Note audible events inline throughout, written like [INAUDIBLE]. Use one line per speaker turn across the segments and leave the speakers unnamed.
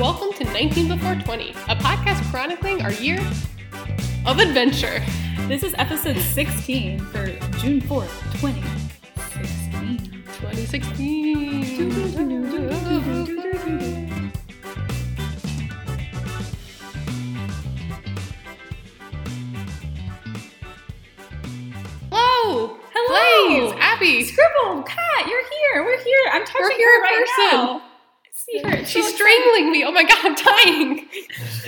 Welcome to 19 Before 20, a podcast chronicling our year of adventure.
This is episode 16 for June 4th, 2016.
2016. Hello!
Hello.
Blaze! Abby!
Scribble, Kat, you're here. We're here. I'm touching
We're here
her
in
right
person.
now. I see her. It's so
She's
exciting.
strangling me! Oh my god, I'm dying!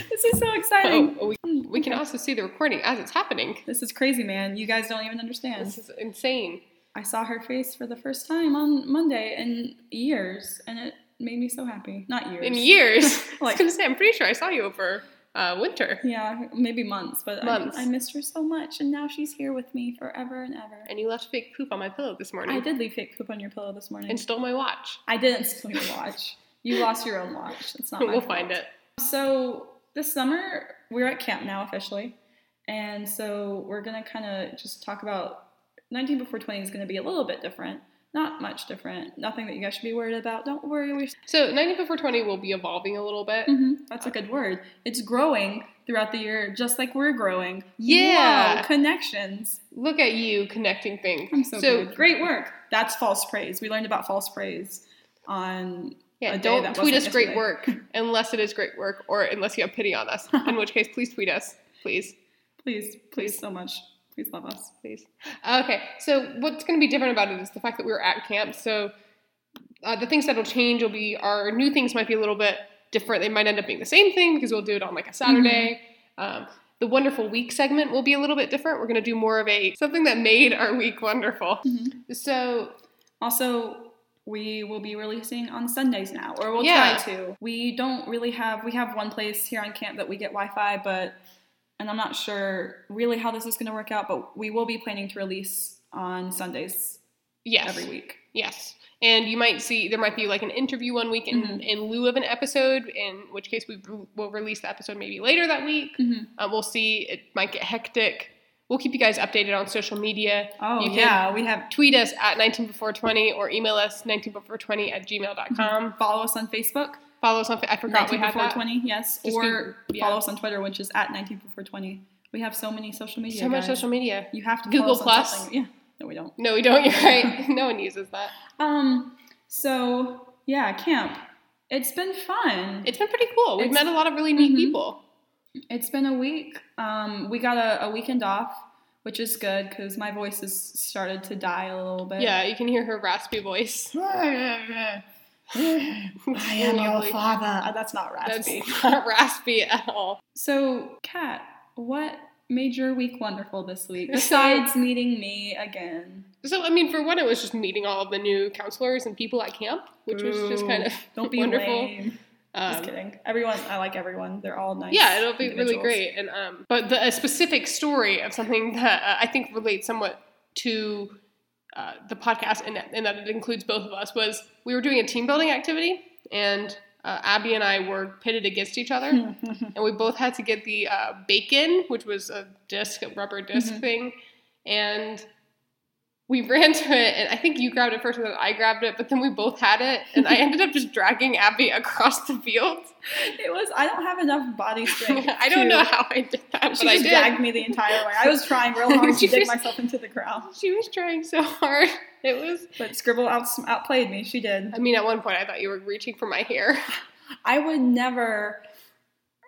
This is so
Oh,
exciting.
oh, we, we can also see the recording as it's happening.
This is crazy, man. You guys don't even understand.
This is insane.
I saw her face for the first time on Monday in years, and it made me so happy. Not years.
In
[LAUGHS]
years. I was
Like-
gonna say, I'm pretty sure I saw you over uh, winter.
Yeah, maybe months, but
Months.
I, I missed her so much, and now she's here with me forever and ever.
And you left fake poop on my pillow this morning.
I did leave fake poop on your pillow this morning.
And stole my watch.
I didn't steal your watch. You lost your own watch.
[LAUGHS]
It's not. Oh, My
we'll
fault.
find it.
So this summer we're at camp now officially, and so we're gonna kind of just talk about 19 before 20 is gonna be a little bit different. Not much different. Nothing that you guys should be worried about. Don't worry. We.
So 90 before 20 will be evolving a little bit.
Mhm, that's a good word. It's growing throughout the year, just like we're growing.
Yeah.
Wow, connections.
Look at you connecting things.
I'm so,
So-
good. Great work. That's false praise. We learned about false praise on
Yeah,
A day
don't
that
tweet us
wasn't
great
yesterday.
work
[LAUGHS]
unless it is great work or unless you have pity on us. In which case, please tweet us. Please.
please, please so much. Please love us.
Please. Okay, so what's going to be different about it is the fact that we were at camp. So uh, the things that'll change will be our new things might be a little bit different. They might end up being the same thing because we'll do it on like a Saturday.
Mm-hmm.
Um, the wonderful week segment will be a little bit different. We're going to do more of a something that made our week wonderful. So
Also, we will be releasing on Sundays now, or we'll
Yeah.
try to. We don't really have, we have one place here on camp that we get Wi Fi, but, and I'm not sure really how this is going to work out, but we will be planning to release on Sundays
yes,
every week.
Yes. And you might see there might be like an interview one week in,
Mhm.
in lieu of an episode, in which case we will release the episode maybe later that week.
Mhm.
Uh, we'll see. It might get hectic. We'll keep you guys updated on social media.
Oh,
You can-
yeah. We have,
Tweet us at 19 before 20 or email us 19 before 20 at gmail.com.
um, follow us on Facebook,
Follow us on, Fa- I forgot Mm-hmm. we
19
had
Mm-hmm. before
that.
20, yes,
Just
or
Goog- yeah.
follow us on Twitter, which is at 19 before 20. We have so many social media.
So much
guys.
social media.
You have to
Google
follow us on
Plus.
something. Yeah. No, we don't.
No, we don't. [LAUGHS] You're right. no one uses that.
Um. So yeah, camp. It's been fun.
It's been pretty cool. We've
It's-
met a lot of really neat
Mhm.
people.
It's been a week. Um, we got a, a weekend off, which is good because my voice has started to die a little bit.
Yeah, you can hear her raspy voice.
[LAUGHS]
[LAUGHS]
I
Lovely.
father. Uh, That's not
That's
raspy.
not [LAUGHS] raspy at all.
So, Kat, what made your week wonderful this
[LAUGHS]
week besides meeting me again?
So, I mean, for one, it was just meeting all of the new counselors and people at camp, which was just
Boo.
kind of
Don't be
wonderful.
lame. Just
Um,
kidding. Everyone, I like everyone. They're all nice.
yeah, it'll be really
individuals.
great. And um, but the, a specific story of something that uh, I think relates somewhat to uh, the podcast, and, that- and that it includes both of us, was we were doing a team building activity, and uh, Abby and I were pitted against each other,
Hmm. [LAUGHS]
and we both had to get the uh, bacon, which was a disc, a rubber disk
Mhm.
thing, and we [LAUGHS] ran to it, and I think you grabbed it first, and then I grabbed it, but then we both had it, and
[LAUGHS]
I ended up just dragging Abby across the field.
It was. I don't have
[LAUGHS]
enough body strength.
I don't
to-
know how I did that,
She
but I
just
did.
dragged me the entire way. I was trying real hard
She
to dig
just-
myself into the ground,
She was trying so hard. [LAUGHS] It was.
but Scribble out, outplayed me. She did.
I mean, at one point, I thought you were reaching for my hair. [LAUGHS]
I would never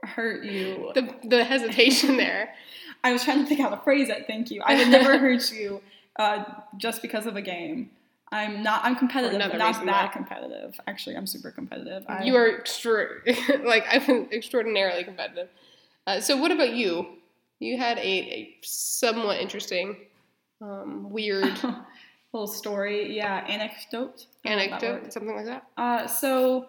hurt you.
The the hesitation there.
I was trying to think how to phrase it. Thank you. I
[LAUGHS]
would never hurt you uh, just because of a game. I'm not. I'm competitive,
another
but not
reason
that
why.
competitive. Actually, I'm super competitive. I,
You are extra [LAUGHS] like I'm extraordinarily competitive. Uh, so, what about you? You had a, a somewhat interesting, um,
[SIGHS]
weird
[LAUGHS] little story. Yeah, anecdote. I don't know that word.
anecdote, something like that.
Uh, so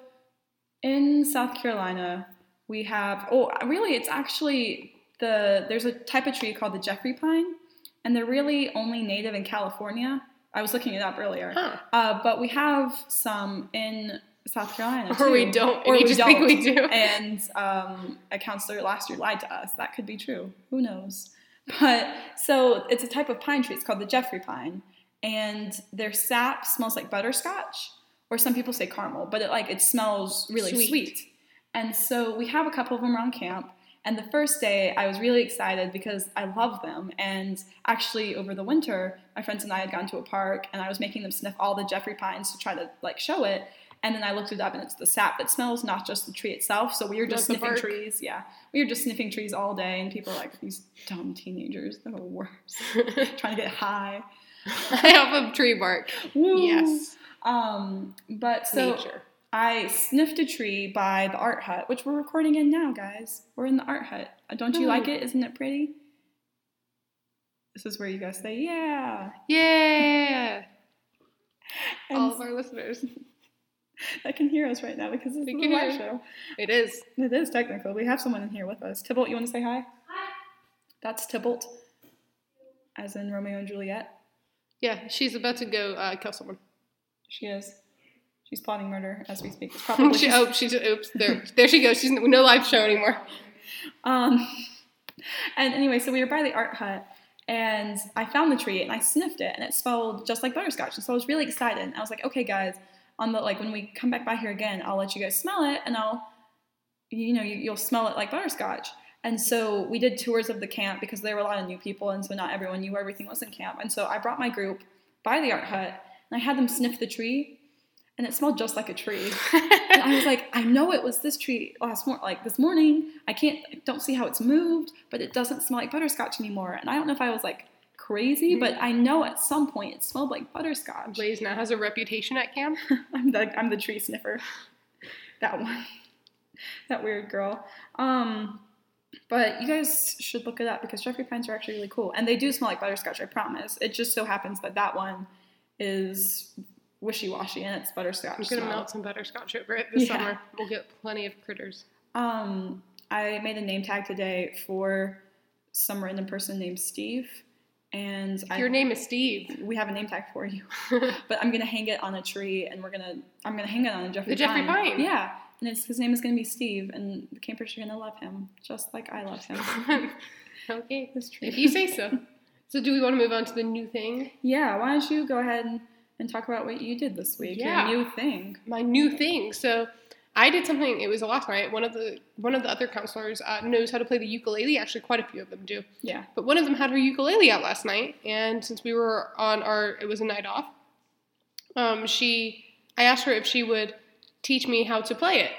in South Carolina, we have oh really it's actually the there's a type of tree called the Jeffrey pine, and they're really only native in California. I was looking it up earlier,
Huh?
uh, but we have some in South Carolina
[LAUGHS] Or we
too.
don't, and
or
you
we
just
don't.
think we [LAUGHS] do.
and um, a counselor last year lied to us. That could be true. Who knows? But so it's a type of pine tree. It's called the Jeffrey pine, and their sap smells like butterscotch, or some people say caramel, but it like it smells really
Sweet.
sweet. And so we have a couple of them around camp. And the first day, I was really excited because I love them. And actually, over the winter, my friends and I had gone to a park, and I was making them sniff all the Jeffrey pines to try to like show it. And then I looked it up, and it's the sap that smells, not just the tree itself. So we were just
Not the
sniffing
bark.
trees. Yeah, we were just sniffing trees all day, and people were like these dumb teenagers, they're the worst,
[LAUGHS]
[LAUGHS] trying to get high.
I have a tree bark.
Woo.
Yes.
Um, but so
Nature.
I sniffed a tree by the art hut, which we're recording in now, guys. We're in the art hut. Uh, Don't you like it? Isn't it pretty? This is where you guys say, yeah.
Yeah.
And
All of our listeners.
I can hear us right now because it's
They
a
can
live
hear.
show.
It is.
It is technical. We have someone in here with us. Tybalt, you want to say hi? Hi. That's Tybalt, as in Romeo and Juliet.
Yeah, she's about to go uh, kill someone.
She is. She's plotting murder as we speak.
[LAUGHS]
It's probably
she, oh, she's oops. There, there she goes. She's no live show anymore. [LAUGHS]
Um, [LAUGHS] and anyway, so we were by the art hut, and I found the tree and I sniffed it, and it smelled just like butterscotch. And so I was really excited. And I was like, okay, guys, on the like when we come back by here again, I'll let you guys smell it, and I'll, you know, you, you'll smell it like butterscotch. And so we did tours of the camp because there were a lot of new people, and so not everyone knew where everything was in camp. And so I brought my group by the art hut, and I had them sniff the tree, and it smelled just like a tree. And I was like, I know it was this tree last morning, like this morning. I can't, I don't see how it's moved, but it doesn't smell like butterscotch anymore. And I don't know if I was like crazy, but I know at some point it smelled like butterscotch.
Blaze now has a reputation at camp.
[LAUGHS] I'm the I'm the tree sniffer. That one, [LAUGHS] that weird girl. Um, but you guys should look it up because Jeffrey pines are actually really cool, and they do smell like butterscotch. I promise. It just so happens that that one is wishy washy and it's butterscotch.
I'm gonna
smell.
melt some butterscotch over it this
Yeah.
summer. We'll get plenty of critters.
Um, I made a name tag today for some random person named Steve, and I,
Your name is
[LAUGHS]
Steve. [LAUGHS]
we have a name tag for you. [LAUGHS]
That's
But I'm gonna hang it on a tree, and we're gonna I'm gonna hang it on a Jeffrey.
The Jeffrey Pine.
Yeah, and it's, his name is gonna be Steve, and the campers are gonna love him just like I love him.
okay.
this tree.
If you say so. So, do we want to move on to the new thing?
yeah, why don't you go ahead and, and talk about what you did this week?
Yeah.
Your new thing.
my new thing. So I did something. It was last night. One of the one of the other counselors uh, knows how to play the ukulele. Actually, quite a few of them do.
Yeah.
But one of them had her ukulele out last night, and since we were on our, it was a night off. Um, she, I asked her if she would teach me how to play it,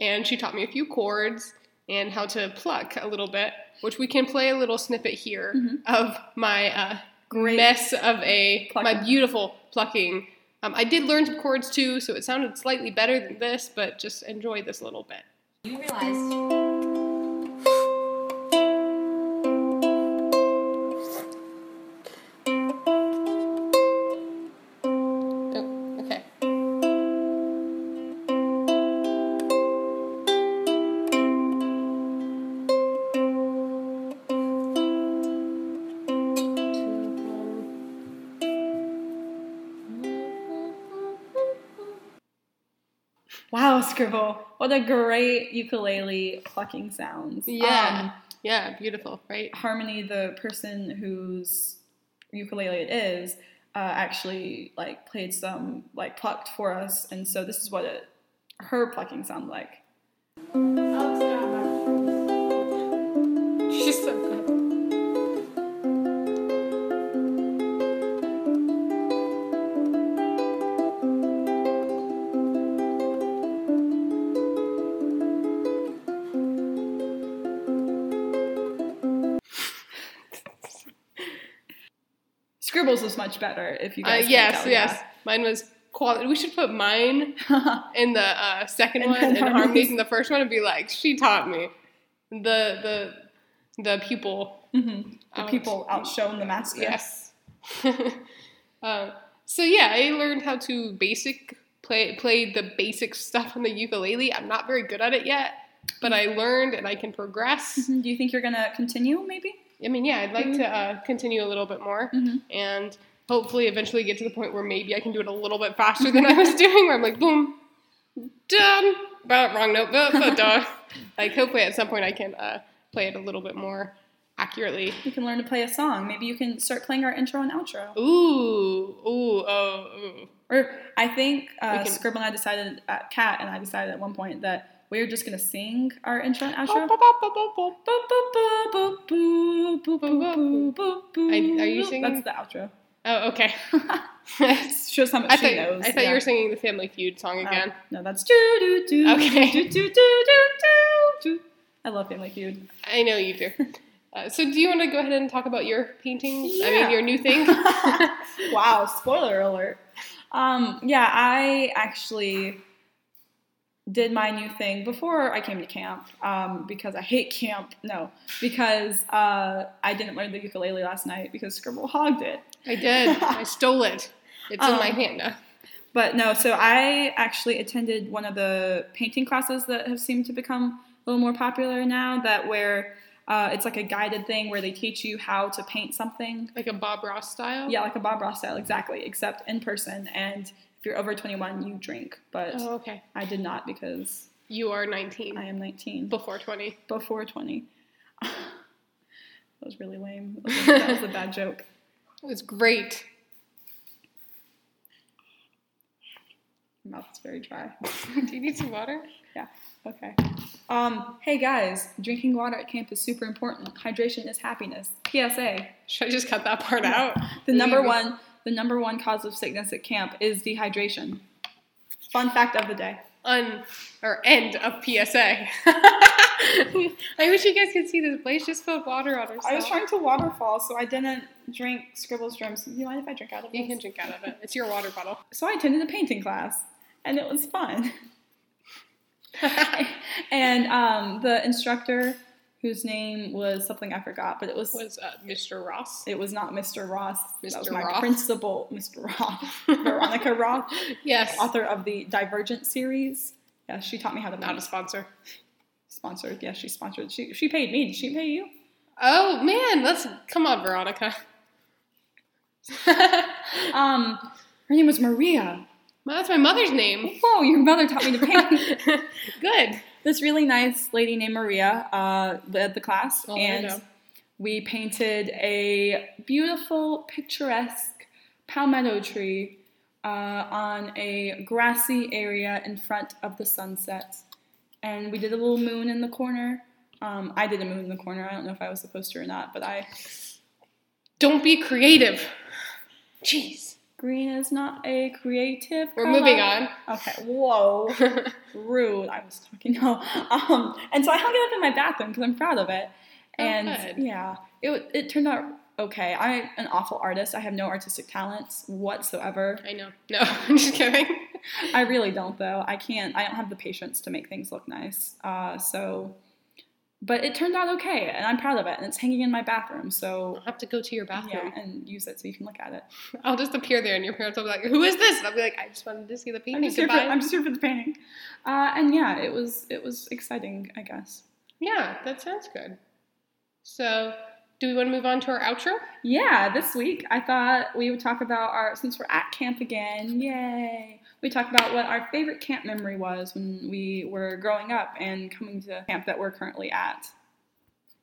and she taught me a few chords and how to pluck a little bit, which we can play a little snippet here
Mhm.
of my uh,
Great.
mess of a
Plucking.
my beautiful plucking. Um, I did learn some chords too, so it sounded slightly better than this, but just enjoy this little bit.
You realized
Oh, okay.
Wow, Scribble, what a great ukulele plucking sounds.
Yeah.
Um,
Yeah, beautiful, right?
Harmony, the person whose ukulele it is, uh, actually like played some like plucked for us, and so this is what it, her plucking sounded like.
She's so good.
Scribbles was much better if you
Uh,
guys. can
yes,
tell,
yes. Mine was quality. We should put mine
yeah.
in the uh, second
And
one
then
and
harmonies.
harmonies in the first one and be like, she taught me. The the the pupil
Mhm. [LAUGHS] The
Out.
people outshone the master.
Yes. [LAUGHS] um, so yeah, I learned how to basic play play the basic stuff on the ukulele. I'm not very good at it yet, but I learned and I can progress.
Mhm. Do you think you're gonna continue? Maybe.
I mean, yeah, I'd
Mm-hmm.
like to uh, continue a little bit more
Mhm.
and hopefully eventually get to the point where maybe I can do it a little bit faster than I was [LAUGHS] doing, where I'm like, boom, done, but wrong note, but, but
[LAUGHS]
done. Like hopefully at some point I can uh, play it a little bit more accurately.
You can learn to play a song. Maybe you can start playing our intro and outro.
Ooh, ooh, oh, ooh.
Or I think uh,
We can-
Scribble and I decided, uh, Kat and I decided at one point that we're just gonna sing our intro and outro.
I,
Boop, boop, boop, boop, boop, boop, boop, boop, boop, boop.
Are- are you singing?
That's the outro.
oh,
[LAUGHS]
okay.
Shows how much
I
she
thought,
knows.
I thought
yeah.
you were singing the Family Feud song again.
Oh, no, that's do do do
Okay.
do do do do do do. I love Family Feud.
I know you
[LAUGHS]
do. Uh, so, do you want to go ahead and talk about your paintings? I
Yeah.
mean, your new thing.
[LAUGHS] wow, spoiler alert. Um, yeah, I actually did my new thing before I came to camp um, because I hate camp. No, because uh, I didn't learn the ukulele last night because Scribble hogged it.
I
[LAUGHS]
did. I stole it. It's in my
Um,
hand now.
But no, so I actually attended one of the painting classes that have seemed to become a little more popular now. That where uh, it's like a guided thing where they teach you how to paint something.
Like a Bob Ross style?
Yeah, like a Bob Ross style, exactly, except in person. And if you're over 21, you drink. But
Oh, okay.
I did not because
You are 19
I am 19
before 20.
before 20. that was really lame. [LAUGHS] That was a- that was a bad joke.
It was great. [LAUGHS]
My mouth's very dry.
do you need some water?
Yeah. Okay. Um, hey guys, drinking water at camp is super important. Hydration is happiness. PSA.
Should I just cut that part out?
The number
Leave it.
one, the number one cause of sickness at camp is dehydration. Fun fact of the day.
Un or end of PSA. [LAUGHS] I wish you guys could see this. Blaze just spilled water on herself.
I was trying to waterfall, so I didn't drink Scribble's drums. Do you mind if I drink out of this?
You can drink out of it. It's your water bottle.
So I attended a painting class, and it was
[LAUGHS]
fun. [LAUGHS] and um, the instructor, whose name was something I forgot, but it was
Was uh, Mr. Ross?
It was not Mr. Ross. That was
Mr.
my
Roth?
principal, Mr.
[LAUGHS]
Roth. Veronica Roth,
Yes.
author of the Divergent series. Yeah, she taught me how to
Not a
paint.
sponsor.
Sponsored. Yeah, she sponsored. She, she paid me. Did she pay you?
Oh man, let's come on, Veronica. [LAUGHS]
Um, her name was Maria.
Well, that's my mother's name. [LAUGHS]
Whoa, your mother taught me to paint.
Good.
this really nice lady named Maria uh, led the class,
Oh, I know.
and we painted a beautiful, picturesque palmetto tree uh, on a grassy area in front of the sunset. And we did a little moon in the corner. Um, I did a moon in the corner. I don't know if I was supposed to or not, but I.
Don't be creative. Jeez.
Green is not a creative.
We're
color.
moving on.
Okay. Whoa. rude. I was talking. [LAUGHS] No. Um, and so I hung it up in my bathroom because I'm proud of it.
Oh,
And
good.
yeah, it it turned out okay. I'm an awful artist. I have no artistic talents whatsoever.
[LAUGHS] I know. No, [LAUGHS] I'm just kidding.
I really don't though. I can't. I don't have the patience to make things look nice. Uh, so, but it turned out okay, and I'm proud of it. And it's hanging in my bathroom, so
I'll have to go to your
yeah,
bathroom.
and use it so you can look at it.
I'll just appear there, and your parents will be like, "Who is this?" And I'll be like, "I just wanted to see the
I'm
painting."
just, here for,
Goodbye."
I'm just here for the painting. Uh, and yeah, it was it was exciting. I guess.
yeah, that sounds good. So, do we want to move on to our outro?
Yeah, this week I thought we would talk about our since we're at camp again. Yay! We talked about what our favorite camp memory was when we were growing up and coming to camp that we're currently at.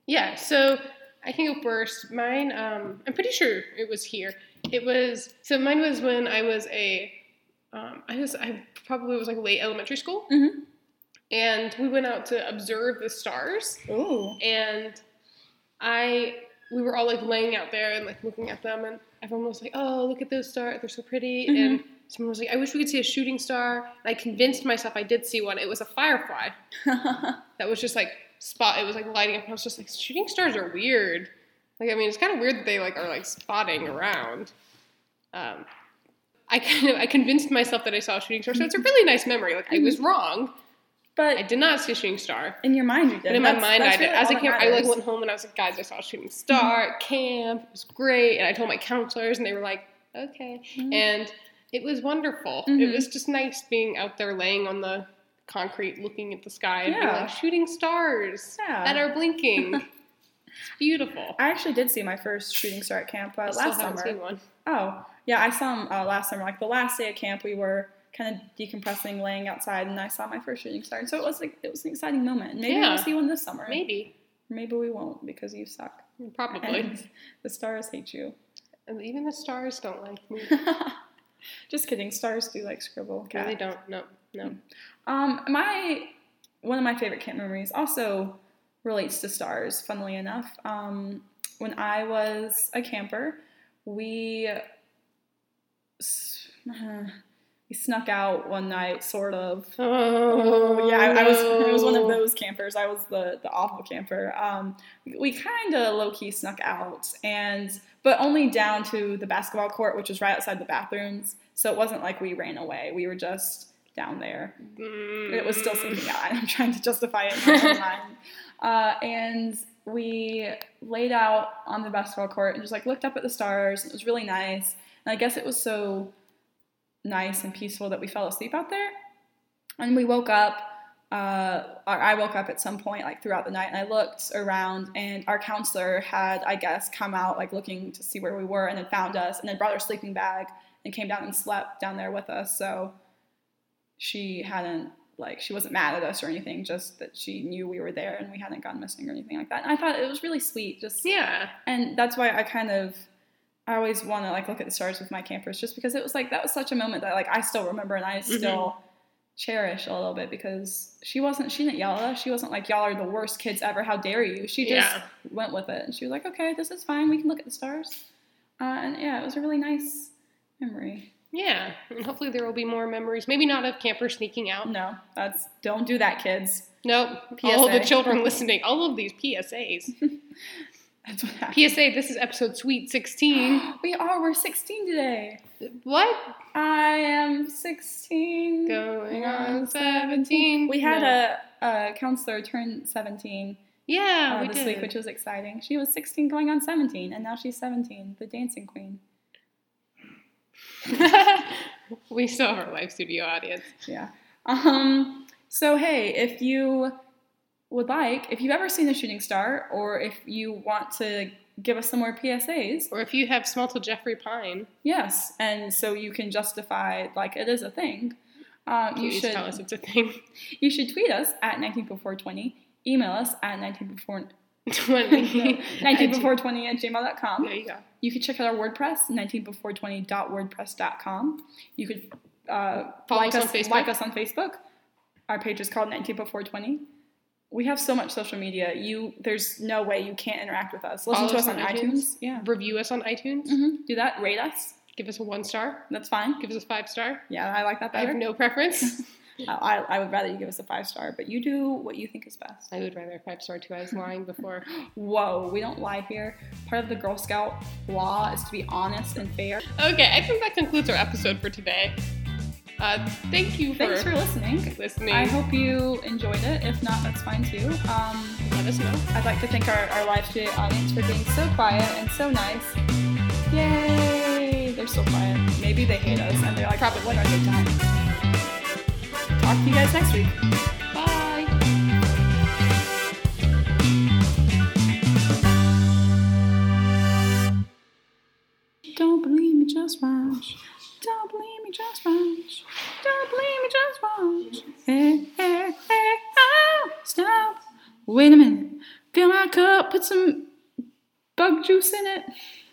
Yeah, so I can go first. Mine, um, I'm pretty sure it was here. It was so mine was when I was a, um, I was I probably was like late elementary school,
Mhm.
and we went out to observe the stars,
Ooh.
and I we were all like laying out there and like looking at them, and everyone was like, "Oh, look at those stars! They're so pretty!"
Mhm.
And someone was like, "I wish we could see a shooting star." And I convinced myself I did see one. It was a firefly that was just like spot. It was like lighting up, and I was just like, shooting stars are weird. Like, I mean, it's kind of weird that they like are like spotting around. Um, I kind of I convinced myself that I saw a shooting star, so it's a really nice memory. Like, I was wrong. I
[LAUGHS] but
did not see a shooting star.
in your mind, you did.
But in my
That's-
mind,
that's
I did.
really
As
all
a
that
camp, I like
matters.
went home and I was like, guys, I saw a shooting star at camp. It was great. And I told my counselors, and they were like, okay.
Mhm.
And it was wonderful.
Mhm.
It was just nice being out there laying on the concrete, looking at the sky, and being
Yeah.
like, shooting stars
Yeah.
that are
[LAUGHS]
blinking. it's beautiful.
I actually did see my first shooting star at camp uh,
I
last
haven't
summer.
seen one.
Oh, yeah, I saw him uh, last summer. Like the last day of camp, we were kind of decompressing, laying outside, and I saw my first shooting star. And so it was like it was an exciting moment. And Maybe
Yeah.
we'll see one this summer.
Maybe.
Maybe we won't because you suck.
Probably.
And the stars hate you. [LAUGHS]
and even the stars don't like me.
Just kidding. Stars do like scribble.
No,
Cat.
they don't. No, no.
Um, my one of my favorite camp memories also relates to stars, funnily enough. Um, when I was a camper, we s- [SIGHS] we snuck out one night, sort of.
Oh,
yeah, I, I was [LAUGHS] I was one of
no.
those campers. I was the the awful camper. Um, we- we kind of low key snuck out, and but only down to the basketball court, which was right outside the bathrooms. So it wasn't like we ran away. We were just down there.
Mm.
It was still sleeping out. [LAUGHS] I'm trying to justify it in my own mind. Uh, and we laid out on the basketball court and just like looked up at the stars. It was really nice. And I guess it was so nice and peaceful that we fell asleep out there. And we woke up, uh, or I woke up at some point like throughout the night and I looked around and our counselor had, I guess, come out like looking to see where we were and had found us and had brought her sleeping bag and came down and slept down there with us. So she hadn't like she wasn't mad at us or anything, just that she knew we were there and we hadn't gone missing or anything like that. And I thought it was really sweet, just
Yeah.
and that's why I kind of I always want to like look at the stars with my campers just because it was like that was such a moment that like I still remember and I still cherish a little bit because she wasn't she didn't yell at us she wasn't like y'all are the worst kids ever how dare you she just
Yeah.
went with it and she was like okay this is fine we can look at the stars uh, and yeah it was a really nice memory
Yeah. And hopefully there will be more memories. Maybe not of campers sneaking out.
no that's don't do that kids
Nope. All the
PSA.
children listening, all of these
[LAUGHS]
PSAs.
that's what happened
PSA, this is episode sweet 16.
[GASPS] we are we're 16 today
What?
I am 16
Going on 17.
We had
No.
a, a counselor turn 17 uh,
Yeah, we
this
did. [LAUGHS]
week, which was exciting. She was 16 going on 17, and now she's 17, the dancing queen.
we still have our live studio audience.
Yeah. Um, so, hey, if you would like, if you've ever seen a shooting star, or if you want to give us some more PSAs,
Or if you have small till Jeffrey Pine,
yes, and so you can justify, like, it is a thing, um, you
please
should
tell us it's a thing. [LAUGHS]
You should tweet us at 19 before 20, email us at 19 before, [LAUGHS]
20. [LAUGHS]
19 before 20 at gmail.com.
There you go.
You could check out our WordPress, 19before20.wordpress.com. You could uh,
Follow
like,
us on
us,
Facebook.
like us on Facebook. Our page is called 19 before 20. We have so much social media. You There's no way you can't interact with us. Listen
Follow
to
us
us on
on
iTunes.
iTunes.
Yeah.
Review us on iTunes.
hmm Do that. Rate us.
Give us a one star.
That's fine.
Give us a five star.
Yeah, I like that
I have
better.
no
[LAUGHS]
preference.
I, I would rather you give us a five star, but you do what you think is best.
I would rather a five star too. I was lying before.
Whoa, we don't lie here. Part of the Girl Scout law is to be honest and fair.
Okay, I think that concludes our episode for today. Uh, thank you for,
Thanks for listening.
listening.
I hope you enjoyed it. If not, that's fine too. Um,
Let us know.
I'd like to thank our, our live studio audience for being so quiet and so nice. Yay! They're so quiet. Maybe they hate us and they're like,
Probably.
what are they doing? Talk to you guys next week.
Bye.
Don't believe me, just watch. Don't believe me, just watch. Don't believe me, just watch. Hey, hey, hey, oh, stop. Wait a minute. Fill my cup, put some bug juice in it.